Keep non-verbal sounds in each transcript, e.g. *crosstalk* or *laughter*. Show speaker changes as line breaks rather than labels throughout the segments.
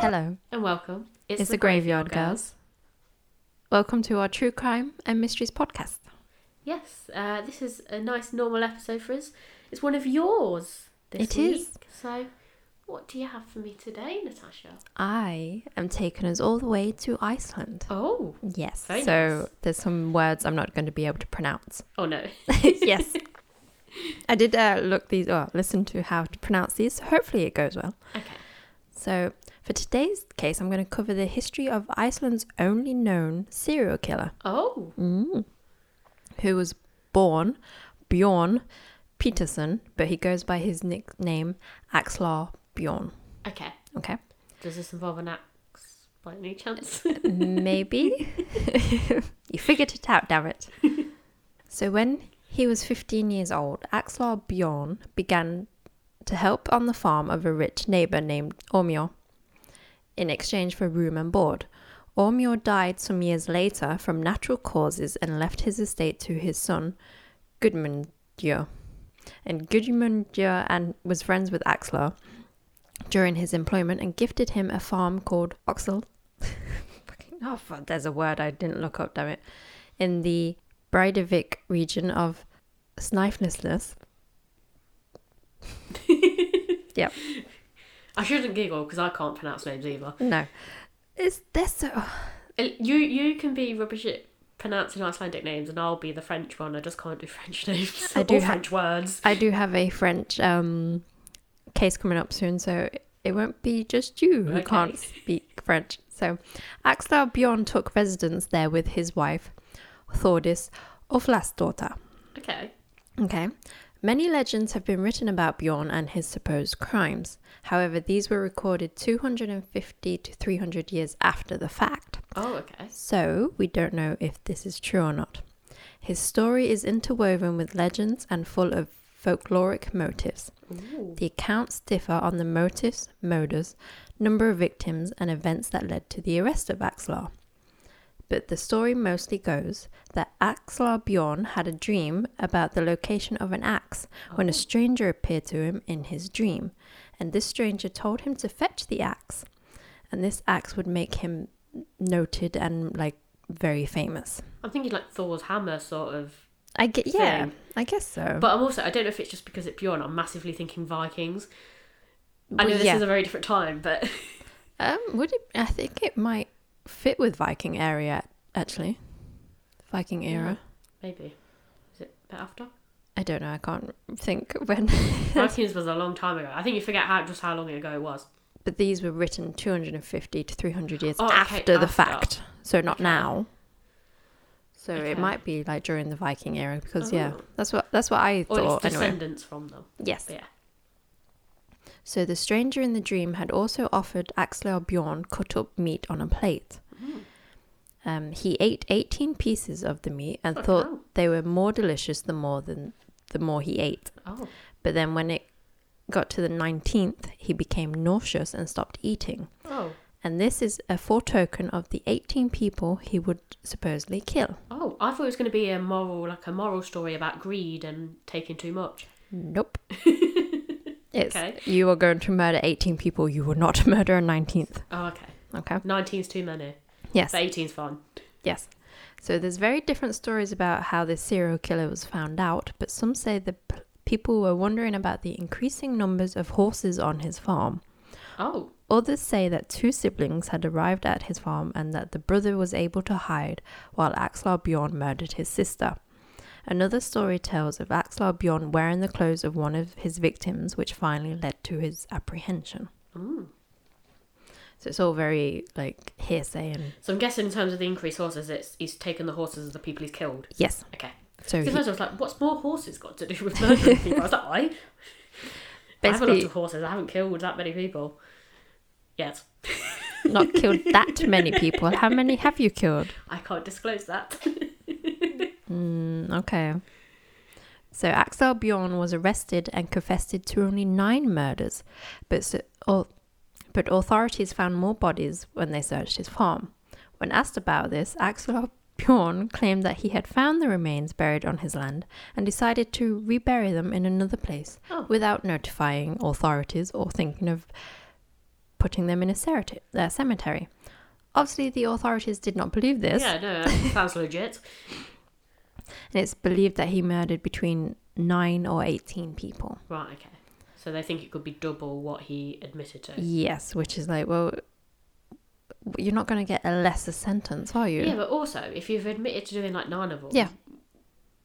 Hello.
And welcome.
It's the Graveyard Girls. Welcome to our True Crime and Mysteries podcast.
Yes, uh, this is a nice normal episode for us. It's one of yours this
It
week.
is.
So, what do you have for me today, Natasha?
I am taking us all the way to Iceland.
Oh.
Yes.
Very
so
nice.
there's some words I'm not going to be able to pronounce.
Oh no.
*laughs* yes. I did uh, look these or listen to how to pronounce these. So hopefully it goes well.
Okay.
So for today's case, I'm going to cover the history of Iceland's only known serial killer.
Oh.
Mm. Who was born Bjorn Peterson, but he goes by his nickname Axlar Bjorn.
Okay.
Okay.
Does this involve an axe by
*laughs*
any chance?
Maybe. you figured it out, damn it. *laughs* So when he was 15 years old, Axlar Bjorn began to help on the farm of a rich neighbor named Ormjor in exchange for room and board. Ormjor died some years later from natural causes and left his estate to his son, Gudmundur. And Gudmundur and was friends with Axlar during his employment and gifted him a farm called Oxel. Fucking- oh, fuck, there's a word I didn't look up, damn it. In the Breidavik region of Snifnessness. yep.
I shouldn't giggle because I can't pronounce names either.
No. It's this so oh,
Uh, You you can be rubbish at pronouncing Icelandic names, and I'll be the French one. I just can't do *laughs* French names.
I do
or
ha-
French words.
I do have a French um, case coming up soon, so it won't be just you who
Okay.
can't speak French. So, Axel Bjorn took residence there with his wife, Thordis Oflasdóttir.
Okay.
Okay. Many legends have been written about Bjorn and his supposed crimes. However, these were recorded 250 to 300 years after the fact.
Oh, okay.
So, we don't know if this is true or not. His story is interwoven with legends and full of folkloric motives.
Ooh.
The accounts differ on the motives, murders, number of victims, and events that led to the arrest of Axlar. But the story mostly goes that Axlar Bjorn had a dream about the location of an axe when a stranger appeared to him in his dream, and this stranger told him to fetch the axe, and this axe would make him noted and like very famous.
I'm thinking like Thor's hammer sort of.
I get yeah,
Thing.
I guess so.
But I'm also I don't know if it's just because it's Bjorn. I'm massively thinking Vikings. I know
Well,
this
yeah.
is a very different time, but *laughs*
Um, would it? I think it might fit with Viking area actually. Viking era.
maybe is it a
*laughs*
bit after
I don't know. I can't think when. *laughs*
Vikings was a long time ago. I think you forget how just how long ago it was.
but these were written 250 to 300 years
Oh, okay,
after the
after.
fact, so not
Okay.
now. So it
Okay.
might be like during the Viking era because yeah,
Oh.
that's what that's what I
Or
thought
it's
anyway.
descendants from them.
Yes.
But yeah.
So the stranger in the dream had also offered Axel Bjorn cut up meat on a plate. Um, he ate 18 pieces of the meat and
Oh,
thought
wow.
they were more delicious the more than the more he ate.
Oh.
But then when it got to the 19th, he became nauseous and stopped eating.
Oh.
And this is a foretoken of the 18 people he would supposedly kill.
Oh. I thought it was going to be a moral, like a moral story about greed and taking too much.
Nope.
*laughs*
it's
Okay.
you are going to murder 18 people, you will not *laughs* murder a 19th.
Oh, okay.
Okay.
19's too many.
Yes.
But 18's fine.
Yes. So there's very different stories about how this serial killer was found out, but some say the p- people were wondering about the increasing numbers of horses on his farm.
Oh.
Others say that two siblings had arrived at his farm and that the brother was able to hide while Axlar Bjorn murdered his sister. Another story tells of Axlar Bjorn wearing the clothes of one of his victims, which finally led to his apprehension.
Mm.
So it's all very like hearsay and
So I'm guessing in terms of the increased horses, it's he's taken the horses of the people he's killed.
yes.
Okay.
So he-
Because I was like, what's more horses got to do with murdering people? I was like, I, I have a lot
basically
of horses. I haven't killed that many people yet.
not killed that many people. How many have you killed?
I can't disclose that. *laughs*
Mm, okay. So Axel Bjorn was arrested and confessed to only nine murders, but so, or, but authorities found more bodies when they searched his farm. When asked about this, Axel Bjorn claimed that he had found the remains buried on his land and decided to rebury them in another place
Oh.
without notifying authorities or thinking of putting them in a cereti- uh, cemetery. Obviously, the authorities did not believe this,
Yeah, no, that sounds legit.
and it's believed that he murdered between 9 or 18 people.
Right, okay. So they think it could be double what he admitted to.
Yes, which is like, well, you're not going to get a lesser sentence, are you?
Yeah, but also, if you've admitted to doing like nine of them,
Yeah.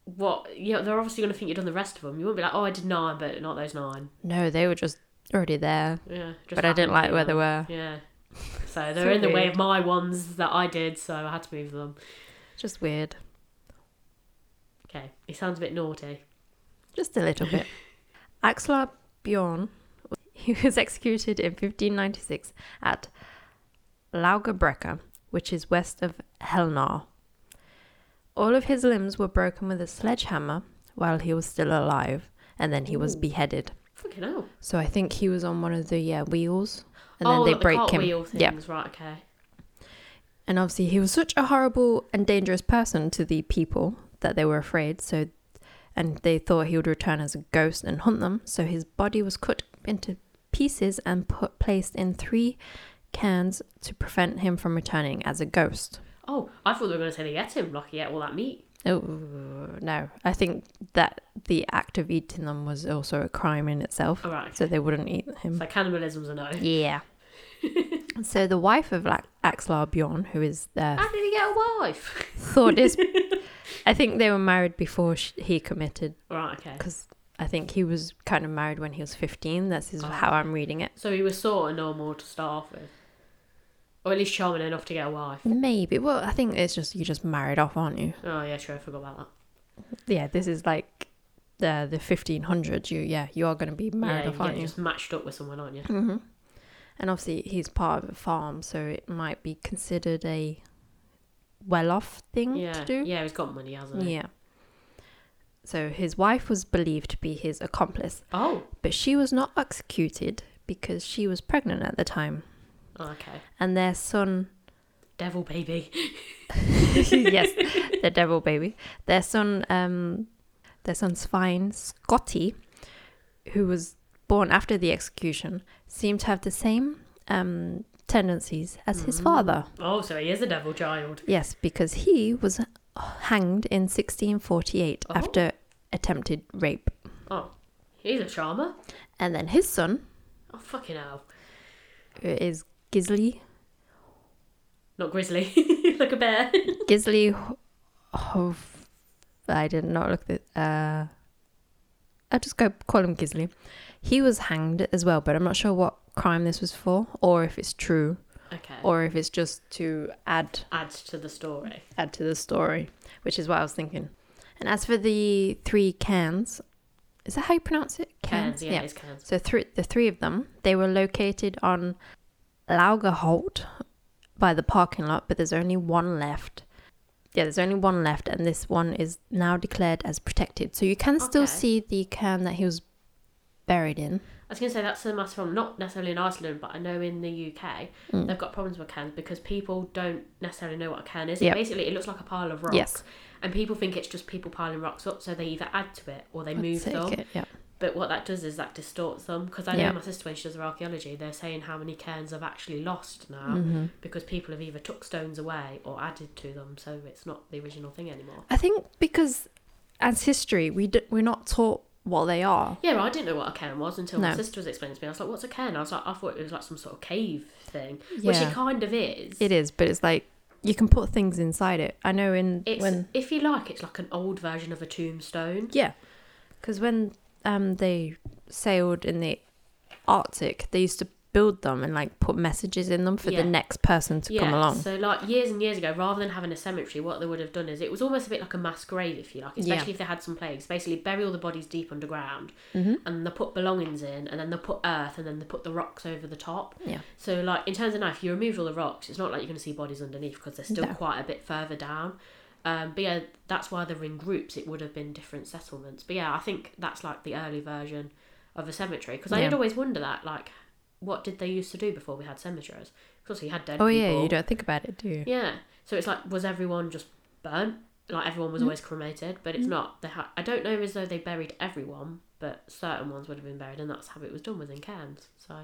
what? You know, they're obviously going to think you've done the rest of them. You won't be like, oh, I did nine, but not those nine.
No, they were just already there,
Yeah, just
but I didn't like
happened
where
to
they
be
were. *laughs*
nine. Yeah. So they're in the way of my ones that I did, so I had to move them.
Just weird.
Okay, he sounds a bit naughty.
Just a little *laughs* bit. Axlar Bjorn, he was executed in 1596 at Laugerbrecker, which is west of Helnar. All of his limbs were broken with a sledgehammer while he was still alive, and then he was beheaded.
Fucking hell.
So I think he was on one of the uh, wheels, and then they
like
break
Oh, the
him.
cartwheel
Yeah,
things, right? Okay.
and obviously he was such a horrible and dangerous person to the people that they were afraid so and they thought he would return as a ghost and hunt them so his body was cut into pieces and put placed in three cairns to prevent him from returning as a ghost
Oh, I thought they were going to say they ate him, like he ate all that meat.
oh no i think that the act of eating them was also a crime in itself
All right.
so they wouldn't eat him
So cannibalism's a no. How
Mm. *laughs* yeah so the wife of La- axlar bjorn who is uh,
did he get a wife?
*laughs*
*laughs*
Thordis. I think they were married before sh he committed
Right, okay.
because I think he was kind of married when he was 15. This is
Oh.
how I'm reading it.
So he was sort of normal to start off with. Or at least charming enough to get a wife.
Mm. Maybe. Well, I think it's just you just married off, aren't you?
Oh, yeah, sure, I forgot about that.
Yeah, this is like the the 1500s. You yeah, you are going to be married
yeah,
off,
you
aren't
get
you?
just matched up with someone, aren't you?
hmm And obviously he's part of a farm, so it might be considered a well-off thing Mm,
Yeah.
to do.
Yeah, he's got money, hasn't he?
yeah. So his wife was believed to be his accomplice.
Oh,
but she was not executed because she was pregnant at the time
oh, okay.
and their son *laughs*
Devil baby.
yes the devil baby their son um their son Svein Scotty who was born after the execution seemed to have the same um tendencies as his father
Oh, so he is a devil child.
yes because he was hanged in 1648
Oh.
after attempted rape
Oh, he's a charmer.
and then his son
Oh, fucking hell.
who is Gisli
Not grizzly, *laughs* like a bear.
Gisli Hov. I did not look the. Uh, I'll just go call him Gisli. He was hanged as well, but I'm not sure what crime this was for, or if it's true,
Okay.
or if it's just to add
Adds to the story.
add to the story, which is what I was thinking. And as for the three cans, is that how you pronounce it?
Cairns, yeah, it's Cairns.
So thr the three of them, they were located on Laugerholt by the parking lot, but there's only one left. Yeah, there's only one left, and this one is now declared as protected. So you can still
Okay.
see the can that he was buried in.
I was going to say that's a massive problem, not necessarily in Iceland, but I know in the UK
Mm.
they've got problems with cans because people don't necessarily know what a can is.
Yep.
Basically, it looks like a pile of rocks,
Yes.
and people think it's just people piling rocks up, so they either add to it or they move
Take
them.
it, Yeah.
But what that does is that distorts them because I know
Yep.
my sister when she does her archaeology, they're saying how many cairns have actually lost now
Mm-hmm.
because people have either took stones away or added to them, so it's not the original thing anymore.
I think because as history, we d- we're not taught what they are.
Yeah, well, I didn't know what a cairn was until my
No.
sister was explaining to me. I was like, "What's a cairn?" I was like, "I thought it was like some sort of cave thing," which
Yeah.
it kind of is.
It is, but it's like you can put things inside it. I know in
It's
when
if you like, it's like an old version of a tombstone.
yeah, because when um they sailed in the Arctic, they used to build them and like put messages in them for
Yeah.
the next person to come along.
So like years and years ago, rather than having a cemetery, what they would have done is it was almost a bit like a mass grave, if you like, especially if they had some plagues. Basically, bury all the bodies deep underground,
Mm-hmm.
and they put belongings in, and then they put earth, and then they put the rocks over the top.
Yeah.
So like in terms of now, if you remove all the rocks, it's not like you're going to see bodies underneath because they're still
No.
quite a bit further down. Um, but yeah, that's why they're in groups. It would have been different settlements. But yeah, I think that's like the early version of a cemetery because I
Yeah.
did always wonder that like. What did they used to do before we had cemeteries? Because you had dead
oh
people.
yeah, you don't think about it, do you?
Yeah. So it's like, was everyone just burnt? Like everyone
Mm.
was always cremated, but it's not. They ha- I don't know as though they buried everyone, but certain ones would have been buried, and that's how it was done within Cairns. So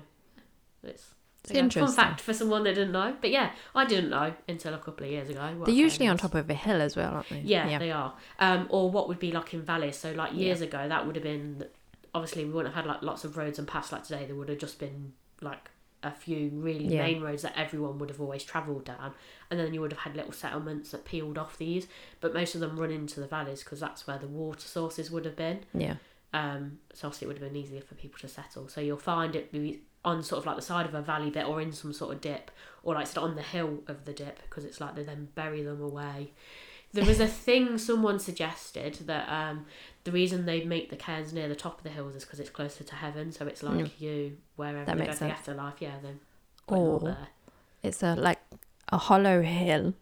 it's
It's
Again, fun
interesting.
fact for someone that didn't know. But yeah, I didn't know until a couple of years ago. what
They're
a
usually
cone
on
is.
top of a hill as well, aren't they?
Yeah, they are. Um, or what would be like in valleys. So like years ago, that would have been obviously we wouldn't have had like lots of roads and paths like today. There would have just been like a few really
Yeah.
main roads that everyone would have always travelled down, and then you would have had little settlements that peeled off these. But most of them run into the valleys because that's where the water sources would have been.
yeah.
Um, so obviously it would have been easier for people to settle. So you'll find it be on sort of like the side of a valley bit or in some sort of dip or like sort of on the hill of the dip because it's like they then bury them away. There
*laughs*
was a thing someone suggested that um, the reason they make the cairns near the top of the hills is because it's closer to heaven. So it's like you wherever
That
you
makes
go to the
sense.
afterlife. Yeah, then put them all
Or
there.
It's a like a hollow hill.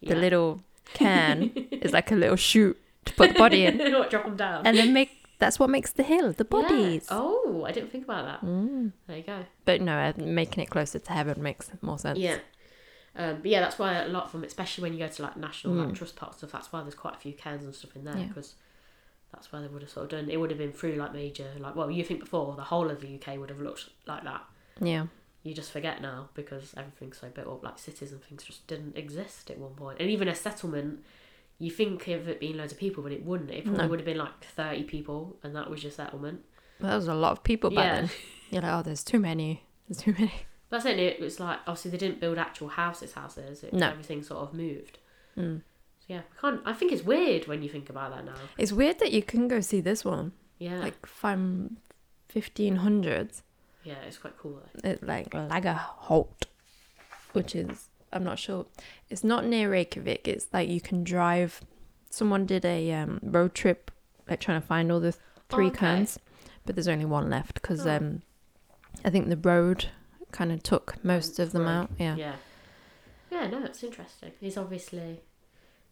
The
Yeah.
little can
*laughs*
is like a little chute to put the body in,
What, drop them down.
and then make that's what makes the hill the
Yeah.
bodies.
Oh, I didn't think about that.
Mm.
There you go.
But no, uh, making it closer to heaven makes more sense.
Yeah. Um, but yeah, that's why a lot of them, especially when you go to like national like, trust park stuff, that's why there's quite a few cairns and stuff in there
Mm. Yeah.
because that's where they would have sort of done. It would have been through like major, like well, you think before the whole of the UK would have looked like that.
yeah.
You just forget now because everything's so built up. Like cities and things just didn't exist at one point, and even a settlement. You think of it being loads of people, but it wouldn't. It probably
No.
would have been like thirty people, and that was your settlement.
Well, there was a lot of people back
Yeah.
then. *laughs* You're like, oh, there's too many. There's too many.
That's it. and It was like obviously they didn't build actual houses, houses. It,
No.
everything sort of moved. Hmm.
Mm.
So yeah, I can't. I think it's weird when you think about that now.
It's weird that you can go see this one.
Yeah,
Like five, 1500s.
yeah, it's quite cool. Though.
It's like Lagerholt, which is I'm not sure. It's not near Reykjavik. It's like you can drive. Someone did a um, road trip, like trying to find all the three
Oh, okay.
cairns, but there's only one left because
Oh.
um, I think the road kind of took most of them
through.
out. Yeah.
Yeah, yeah, no, it's interesting. It's obviously.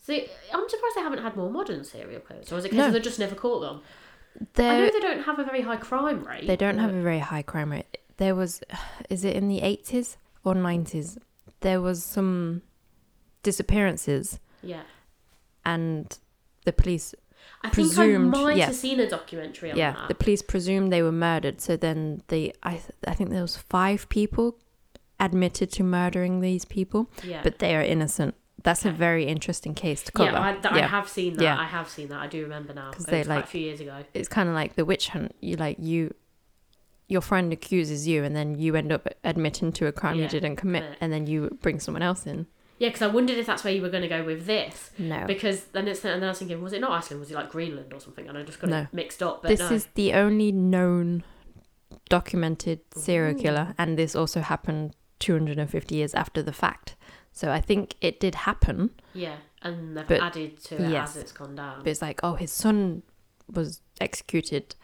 So I'm surprised they haven't had more modern serial killers, or is it because
No.
they just never caught them? I know
There,
they don't have a very high crime rate.
they don't have
but-
a very high crime rate. There was, *sighs* is it in the 80s or 90s? There was some disappearances
Yeah,
and the police
I
presumed-
think I might have
yes.
seen a documentary on
yeah
that.
the police presumed they were murdered so then the I, th- I think there was five people admitted to murdering these people
yeah,
but they are innocent that's a
Okay.
very interesting case to cover
yeah, I, that, I have seen that.
Yeah.
I have seen that. I do remember now. It
'Cause
was
they,
quite
like-
a few years ago.
it's kind of like the witch hunt you like you your friend accuses you and then you end up admitting to a crime
Yeah,
you didn't commit
commit.
and then you bring someone else in
Yeah, because I wondered if that's where you were going to go with this.
no
Because then it's and then I was thinking, was it not Iceland? Was it like Greenland or something? And I just got
No.
it mixed up. But
this
no.
is the only known documented serial killer and this also happened 250 years after the fact so i think it did happen
yeah, and they've
But-
added to it
yes.
as it's gone down.
But it's like, oh, his son was executed.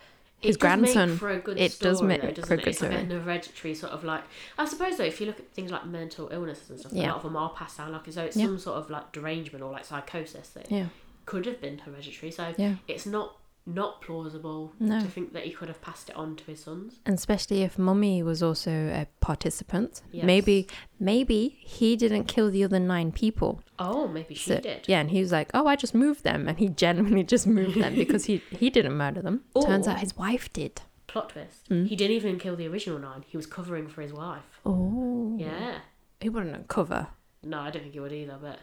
It
His
does make
grandson.
for a good
it does
story,
make
though,
for
doesn't
a
it?
good
It's like a
story.
hereditary sort of like. I suppose though, if you look at things like mental illnesses and stuff, a
Yeah.
lot of them are passed down like as though it's
Yeah.
some sort of like derangement or like psychosis that
Yeah,
could have been hereditary. So
yeah.
it's not not plausible
No.
to think that he could have passed it on to his sons.
And especially if mummy was also a participant.
Yes.
Maybe, maybe he didn't kill the other nine people.
Oh, maybe she
So-
did.
Yeah, and he was like, oh, I just moved them, and he *laughs* genuinely just moved them because he he didn't murder
*laughs*
them. Turns
Or-
out his wife did.
Plot twist:
Mm.
he didn't even kill the original nine. He was covering for his wife.
Oh,
Yeah.
He wouldn't uncover
No, I don't think he would either. But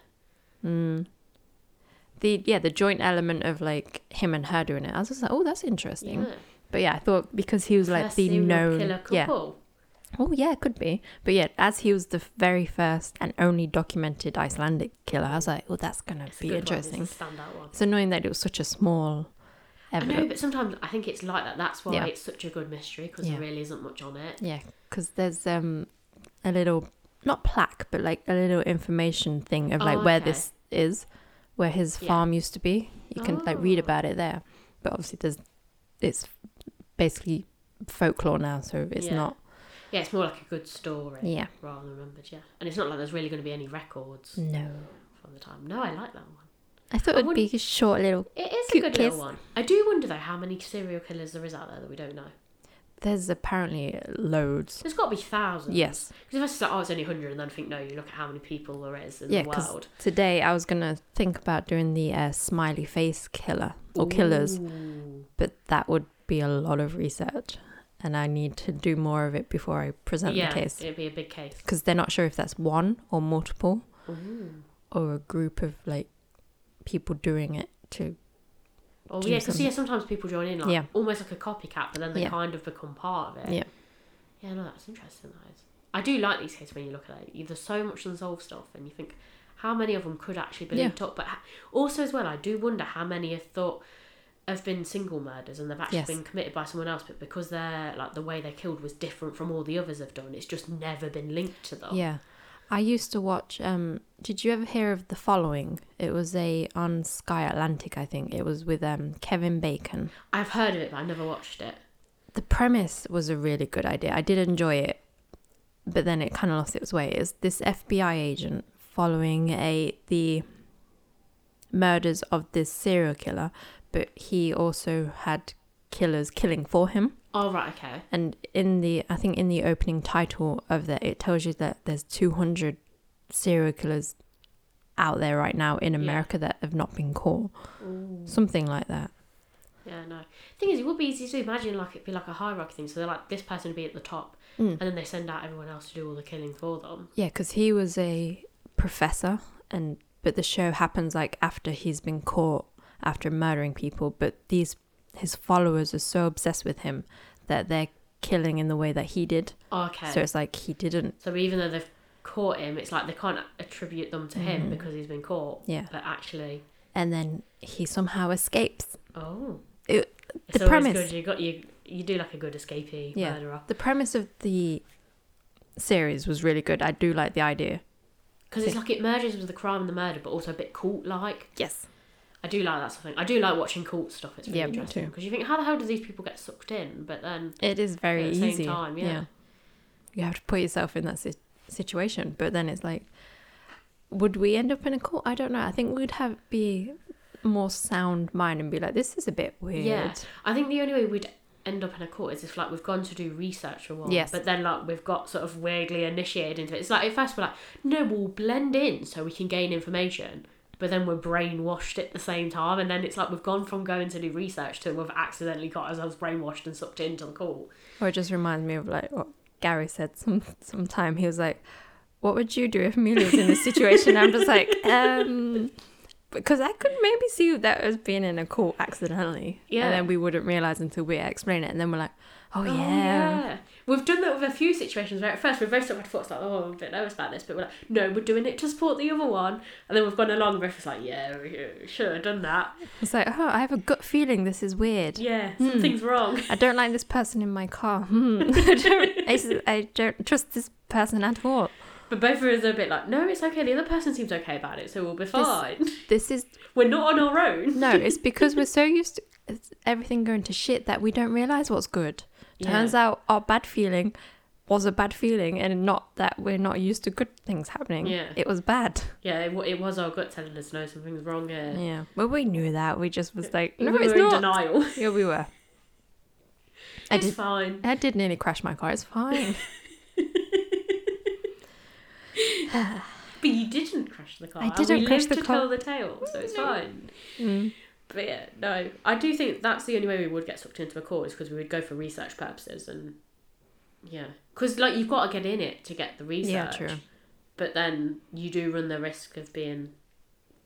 the yeah the joint element of like him and her doing it. I was just like, oh, that's interesting.
yeah,
But yeah, I thought because he was like
First
the
serial
known
killer
yeah
couple.
Oh yeah, it could be. But yeah, as he was the very first and only documented Icelandic killer, I was like, "Oh, that's gonna
It's a
be
good
interesting."
One. It's a standout one.
It's annoying that it was such a small
I know,
evidence.
but sometimes I think it's like that. That's why
Yeah.
it's such a good mystery because
Yeah.
there really isn't much on it.
Yeah, because there's um a little not plaque, but like a little information thing of
Oh,
like where
okay.
this is, where his
Yeah.
farm used to be. You can like read
Oh.
about it there, but obviously there's it's basically folklore now, so it's
Yeah.
not.
Yeah, it's more like a good story
Yeah,
rather than remembered. Yeah, and it's not like there's really going to be any records
no.
from the time. No, I like that one.
I thought it would be a short little.
It is
Cute
a good
kiss.
little one. I do wonder though how many serial killers there is out there that we don't know.
There's apparently loads.
There's got to be thousands.
Yes.
Because if I just like, oh, it's only hundred, and then I think no, you look at how many people there is in
Yeah,
the
'cause
world.
Today, I was gonna think about doing the uh, smiley face killer or killers,
Ooh.
but that would be a lot of research. and I need to do more of it before I present
yeah,
the case.
it'd be a big case.
Because they're not sure if that's one or multiple or a group of like people doing it to.
Oh
do
yeah, because
something.
yeah, sometimes people join in like
Yeah.
almost like a copycat, but then they
Yeah.
kind of become part of it.
Yeah.
Yeah, no, that's interesting. That is. I do like these cases when you look at it. You- There's so much unsolved stuff, and you think how many of them could actually be
Yeah.
linked up. But ha- also as well, I do wonder how many have thought have been single murders and they've actually
Yes.
been committed by someone else, but because they're like the way they killed was different from all the others have done, it's just never been linked to them.
Yeah. I used to watch. Um, did you ever hear of the following? It was a on Sky Atlantic, I think. It was with um, Kevin Bacon.
I've heard of it, but I never watched it.
The premise was a really good idea. I did enjoy it, but then it kind of lost its way. It's this FBI agent following a the murders of this serial killer, but he also had killers killing for him.
Oh right, okay.
And in the I think in the opening title of that, it tells you that there's 200 serial killers out there right now in
Yeah.
America that have not been caught. Something like that.
Yeah, no. Thing is, it would be easy to imagine like it'd be like a hierarchy thing. So they're like this person would be at the top, and then they send out everyone else to do all the killing for them.
Yeah, because he was a professor, and but the show happens like after he's been caught after murdering people. But these his followers are so obsessed with him that they're killing in the way that he did.
Okay.
So
So,
it's like he didn't.
even though they've caught him, it's like they can't attribute them to
Mm.
him because he's been caught.
Yeah.
But actually,
And then he somehow escapes.
oh,
It,
it's
the
always
premise.
good. You got you. You do like a good escapee
Yeah.
murderer
The premise of the series was really good. I do like the idea.
because it's like it merges with the crime and the murder, but also a bit cult like.
Yes.
I do like that sort of thing. I do like watching cult stuff. It's really
Yeah, me
interesting
too.
because you think, how the hell do these people get sucked in? But then
It is very
at the same
easy.
time, yeah.
You have to put yourself in that si- situation, but then it's like would we end up in a cult? I don't know. I think we'd have be more sound mind and be like this is a bit weird.
Yeah, I think the only way we'd end up in a court is if like we've gone to do research or one,
Yes.
but then like we've got sort of weirdly initiated into it. It's like at first we're like, no, we'll blend in so we can gain information, but then we're brainwashed at the same time, and then it's like we've gone from going to do research to we've accidentally got ourselves brainwashed and sucked into the cult.
Or it just reminds me of like what Gary said some sometime. He was like, "What would you do if Amelia was in this situation?" I'm just
*laughs*
like, um, because I could maybe see that as being in a cult accidentally,
Yeah.
and then we wouldn't realize until we explain it, and then we're like, "Oh,
Oh,
yeah.
We've done that with a few situations where at first we've both sort of had thoughts like, oh, I'm a bit nervous about this, but we're like, no, we're doing it to support the other one. And then we've gone along and we're just like, yeah, we should have done that.
It's like, oh, I have a gut feeling this is weird.
Yeah, something's wrong.
I don't like this person in my
*laughs*
car. *laughs* Hmm. I, don't, I s- I don't trust this person at all.
But both of us are a bit like, no, it's okay. The other person seems okay about it, so we'll be fine. *laughs*
This is
We're not on our own.
no.
*laughs*
It's because we're so used to it's everything going to shit that we don't realize what's good. Turns out our bad feeling was a bad feeling and not that we're not used to good things happening.
Yeah.
It was bad.
Yeah, it, wa- it was our gut telling us no, something's wrong here.
Yeah. Well, we knew that. We just was like, no,
we
it's
were in
not.
denial.
Yeah, we were. I
it's
did.
fine.
I did nearly crash my car. It's
*laughs*
fine.
But you didn't crash the car.
I
and
didn't
we
crash
lived
the
to
car.
tell the tale, so it's fine.
Mm.
But yeah, no, I do think that's the only way we would get sucked into a call is because we would go for research purposes and yeah, because like you've got to get in it to get the research.
Yeah, true.
But then you do run the risk of being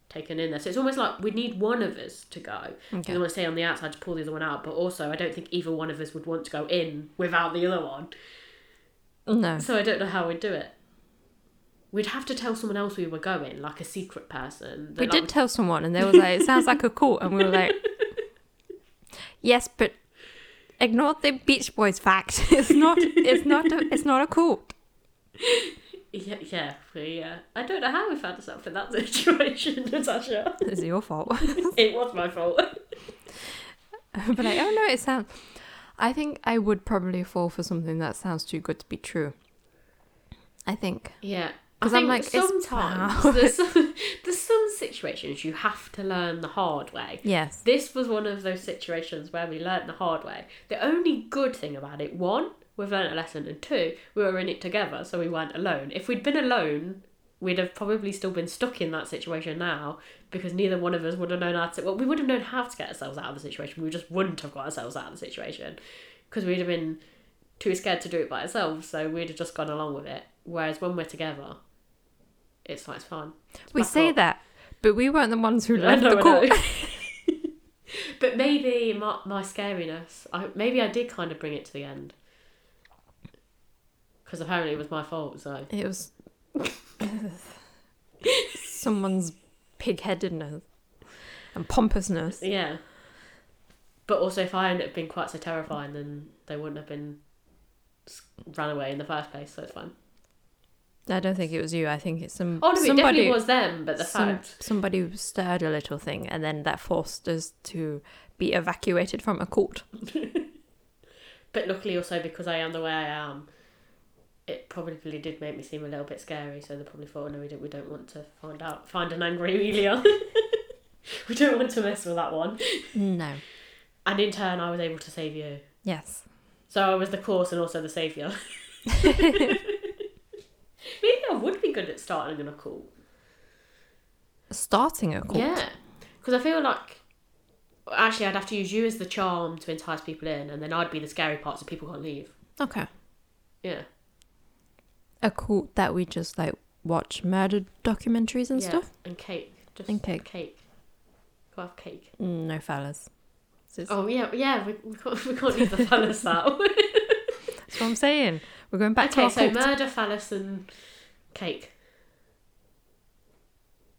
taken in there. So it's almost like we need one of us to go.
Okay.
You want to stay on the outside to pull the other one out, but also I don't think either one of us would want to go in without the other one.
No.
So I don't know how we'd do it. We'd have to tell someone else we were going, like a secret person. that,
We
like,
did tell someone, and they was like, "It sounds like a cult," and we were
*laughs*
like, "Yes, but ignore the Beach Boys fact. *laughs* It's not. It's not. A, it's not a cult."
Yeah, yeah, we, uh, I don't know how we found ourselves in that *laughs* situation, Natasha.
It's your fault. *laughs*
It was my fault.
but like, oh no, it sounds. I think I would probably fall for something that sounds too good to be true. I think.
Yeah.
'Cause
I
I'm
think
like, it's
sometimes
brown.
there's some, there's some situations you have to learn the hard way.
Yes.
This was one of those situations where we learnt the hard way. The only good thing about it, one, we've learnt a lesson, and two, we were in it together, so we weren't alone. If we'd been alone, we'd have probably still been stuck in that situation now because neither one of us would have known how to. Well, we would have known how to get ourselves out of the situation. We just wouldn't have got ourselves out of the situation because we'd have been too scared to do it by ourselves, so we'd have just gone along with it. Whereas when we're together, it's like it's fine. It's
we
back
say
up.
that, but we weren't the ones who
I
left
know, *laughs*
the
I
court. *laughs*
know. but maybe my, my scariness, I, maybe I did kind of bring it to the end. Because apparently it was my fault, so.
It was *laughs* someone's pig-headedness and pompousness.
Yeah. But also, if I hadn't have been quite so terrifying, then they wouldn't have been s- ran away in the first place, so it's fine.
I don't think it was you. I think it's some
Oh, no, it
somebody.
definitely was them, but the
some,
fact.
somebody stirred a little thing, and then that forced us to be evacuated from a court.
But luckily, also because I am the way I am, it probably did make me seem a little bit scary. So they probably thought, oh, no, we don't, we don't want to find out, find an angry Amelia. *laughs* we don't want to mess with that one. Mm.
No.
And in turn, I was able to save you.
Yes.
So I was the cause and also the saviour. Maybe I would be good at starting in a cult.
Starting a court.
Yeah, because I feel like actually I'd have to use you as the charm to entice people in, and then I'd be the scary part so people can't leave.
Okay.
Yeah,
A court that we just like watch murder documentaries and
yeah,
stuff.
and cake, just
And cake.
cake. Go have cake.
Mm, No fellas. So it's-
Oh yeah, yeah. We, we can't *laughs* we can't leave the phallus out.
That's what I'm saying. We're going *laughs* back to
okay,
our
so
court.
murder, phallus, and cake.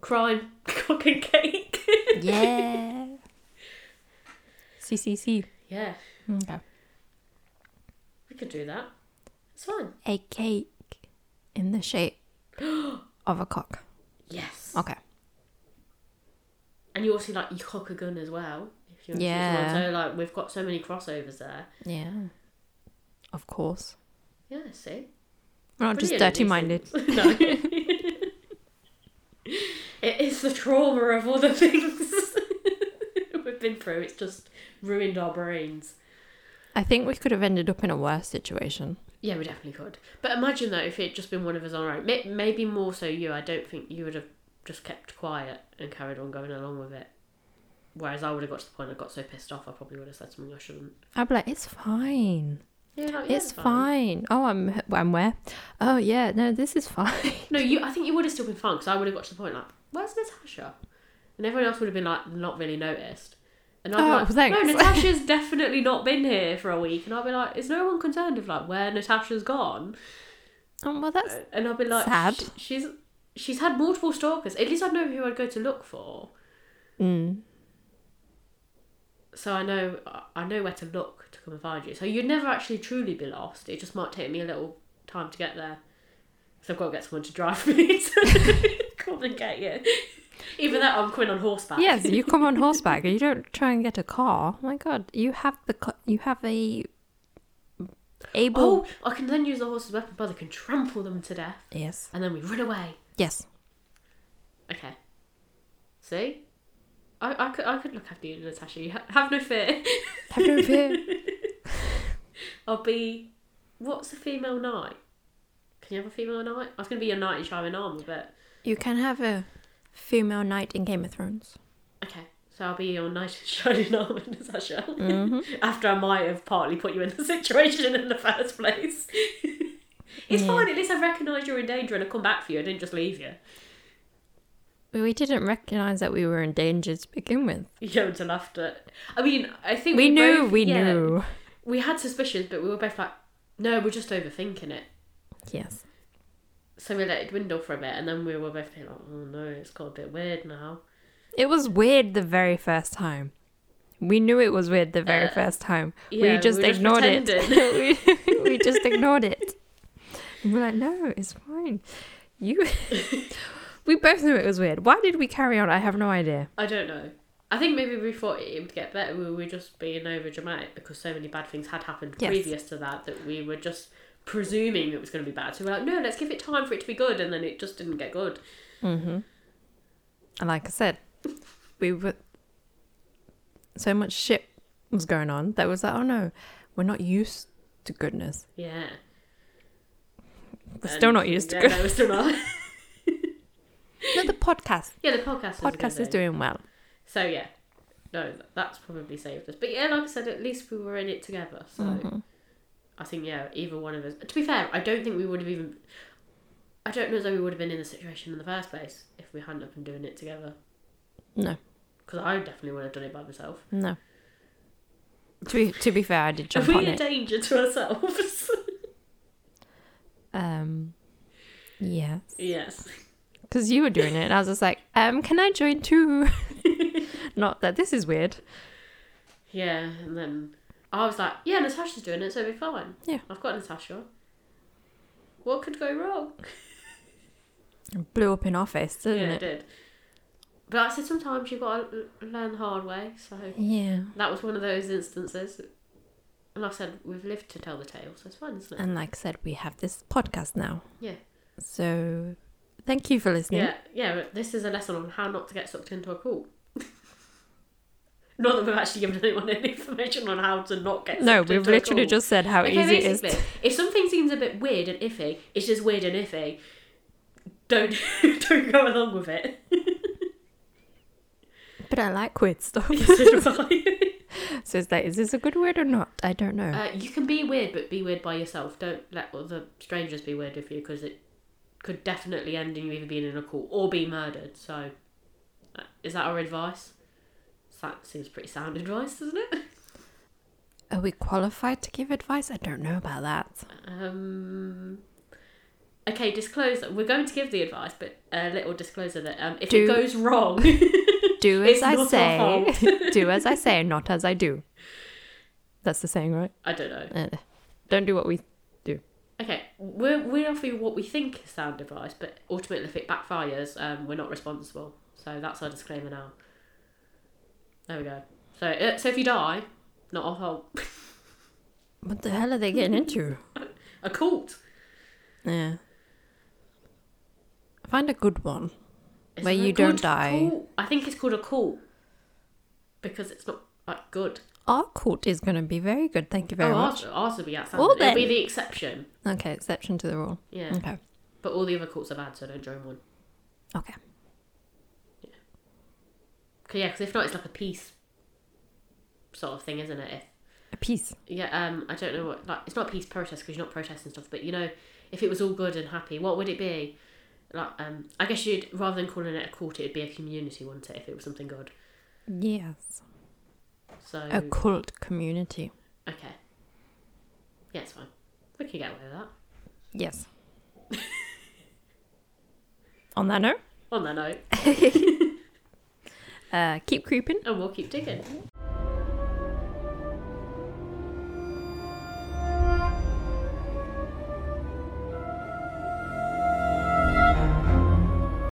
Crime, *laughs* cock and cake.
*laughs*
*laughs*
yeah. CCC.
yeah,
Okay.
we could do that. It's fine.
A cake in the shape *gasps* of a cock.
Yes.
Okay.
And you also like you cock a gun as well. If you want
Yeah.
To shoot someone. so like we've got so many crossovers there.
Yeah. Of course.
Yeah, I see.
We're not just
Brilliant,
dirty
*laughs*
minded.
these things. no. it is the trauma of all the things *laughs* we've been through. It's just ruined our brains.
I think we could have ended up in a worse situation.
Yeah, we definitely could. But imagine though, if it had just been one of us on our own. May- Maybe more so you. I don't think you would have just kept quiet and carried on going along with it. Whereas I would have got to the point I got so pissed off, I probably would have said something I shouldn't.
I'd be like, it's fine.
Yeah, like, Oh, yeah,
It's fine. Oh, I'm I'm where? Oh yeah, no, this is *laughs* fine.
No, you. I think you would have still been fine because I would have got to the point like, "Where's Natasha?" and everyone else would have been like, "Not really noticed." And I'd
Oh,
be like,
thanks.
"No, Natasha's definitely not been here for a week," and I'd be like, "Is no one concerned of like where Natasha's gone?"
Oh well, that's
And I'd be like,
Sad.
"Sh- "She's she's had multiple stalkers. At least I know who I'd go to look for,
mm,
so I know I know where to look to come and find you. So you'd never actually truly be lost. It just might take me a little time to get there, so I've got to get someone to drive *laughs* me to come and get you." Even though I'm coming on horseback.
yes. You come on horseback. You don't try and get a car. Oh, my God, you have the co- you have a able.
*laughs* Oh, I can then use the horse's weapon, but I can trample them to death,
Yes,
and then we run away.
yes.
Okay. See, I, I could I could look after you, Natasha. You ha- have no fear. *laughs*
Have no fear.
I'll be. What's a female knight? Can you have a female knight? I was gonna be your knight in shining armor, but
*laughs* You can have a female knight in Game of Thrones.
okay. So I'll be your knight in shining *laughs* armor, Natasha.
Mm-hmm.
*laughs* After I might have partly put you in the *laughs* situation in the first place. *laughs* it's
Yeah.
fine. At least I recognise you're in danger and I come back for you. I didn't just leave you. *laughs*
We- We didn't recognize that we were in danger to begin with.
You know, to laughter. I mean, I think
We knew.
both-
we
yeah,
knew.
We had suspicions, but we were both like, no, we're just overthinking it.
Yes.
So we let it dwindle for a bit, and then we were both being like, oh no, it's got a bit weird now.
It was weird the very first time. We knew it was weird the very
Uh,
first time.
yeah,
we just
we were just
ignored it. *laughs* we, we just ignored it. And we're like, no, it's fine.
*laughs*
You. we both knew it was weird. Why did we carry on? I have no idea.
I don't know. I think maybe we thought it would get better. We were just being over dramatic because so many bad things had happened
Yes.
previous to that that we were just presuming it was going to be bad. So we we're like, no, let's give it time for it to be good, and then it just didn't get good.
Mm-hmm. And like I said, we were so much shit was going on that was like, oh no, we're not used to goodness.
Yeah.
We're still not used to
yeah,
good.
no, we're still not. *laughs*
*laughs* No, the podcast
yeah, the podcast. is a good
podcast is
thing.
doing well.
So yeah,
Mm-hmm.
no, th- that's probably saved us. But yeah, like I said, at least we were in it together. So I think yeah, either one of us. To be fair, I don't think we would have even. I don't know as though we would have been in the situation in the first place if we hadn't have been doing it together.
No.
Because I definitely would have done it by myself. *laughs*
No. To be, to be fair, I did jump
Are
on
we a
it.
danger to ourselves? *laughs*
Um, yeah,
yes.
because you were doing it, and I was just like, um, can I join too? *laughs* Not that this is weird.
Yeah, and then I was like, yeah, Natasha's doing it, so it'll be fine.
Yeah.
I've got Natasha. What could go wrong?
It blew up in office, didn't
yeah,
it?
did. But I said sometimes you've got to l- learn the hard way, so
Yeah.
that was one of those instances. And I said, we've lived to tell the tale, so it's fine, isn't it?
And like I said, we have this podcast now.
Yeah.
So thank you for listening.
Yeah, yeah, but this is a lesson on how not to get sucked into a call. *laughs* not that we've actually given anyone any information on how to not get
No,
sucked
we've
into a
literally
call.
just said how
okay,
easy it is.
basically, if something seems a bit weird and iffy, it's just weird and iffy. Don't *laughs* don't go along with it. *laughs*
But I like weird
*laughs*
stuff. *laughs* so it's like, is this a good word or not? I don't know.
uh, you can be weird, but be weird by yourself. Don't let other strangers be weird with you because it could definitely end in you either being in a call or be murdered. So, uh, is that our advice? That seems pretty sound advice, doesn't
*laughs*
it?
Are we qualified to give advice? I don't know about that.
Um, okay, disclosure. We're going to give the advice, but a little disclosure that um, if
Do-
it goes wrong, *laughs*
Do as
It's
I
not our
say. *laughs*
fault.
do as I say, not as I do. That's the saying, right?
I don't know.
Uh, Don't do what we do.
Okay, we're, we offer you what we think is sound advice, but ultimately, if it backfires, um, we're not responsible. So that's our disclaimer now. There we go. So, uh, so if you die, not our fault.
What the hell are they getting into?
*laughs* A cult.
*laughs* Yeah. Find a good one.
Is
Where
it
you
called
don't die.
Cult? I think it's called a cult because it's not like good.
Our court is going to be very good. Thank you very
oh,
much.
ours, ours will be outstanding.
Well
It'll be
then. Mm.
the exception.
Okay, exception to the rule.
Yeah,
Okay.
but all the other cults are bad, so don't join one.
Okay.
Cause, yeah, because if not, it's like a peace sort of thing, isn't it? If
A piece.
Yeah, um, I don't know what like it's not a peace protest because you're not protesting stuff, but you know, if it was all good and happy, what would it be? Like, um, I guess you'd rather than calling it a court, it'd be a community, wouldn't it? If it was something good,
Yes.
so
A cult community.
okay, yeah, it's fine. We can get away with that.
Yes. *laughs* On that note,
On that note,
uh, keep creeping.
and we'll keep digging.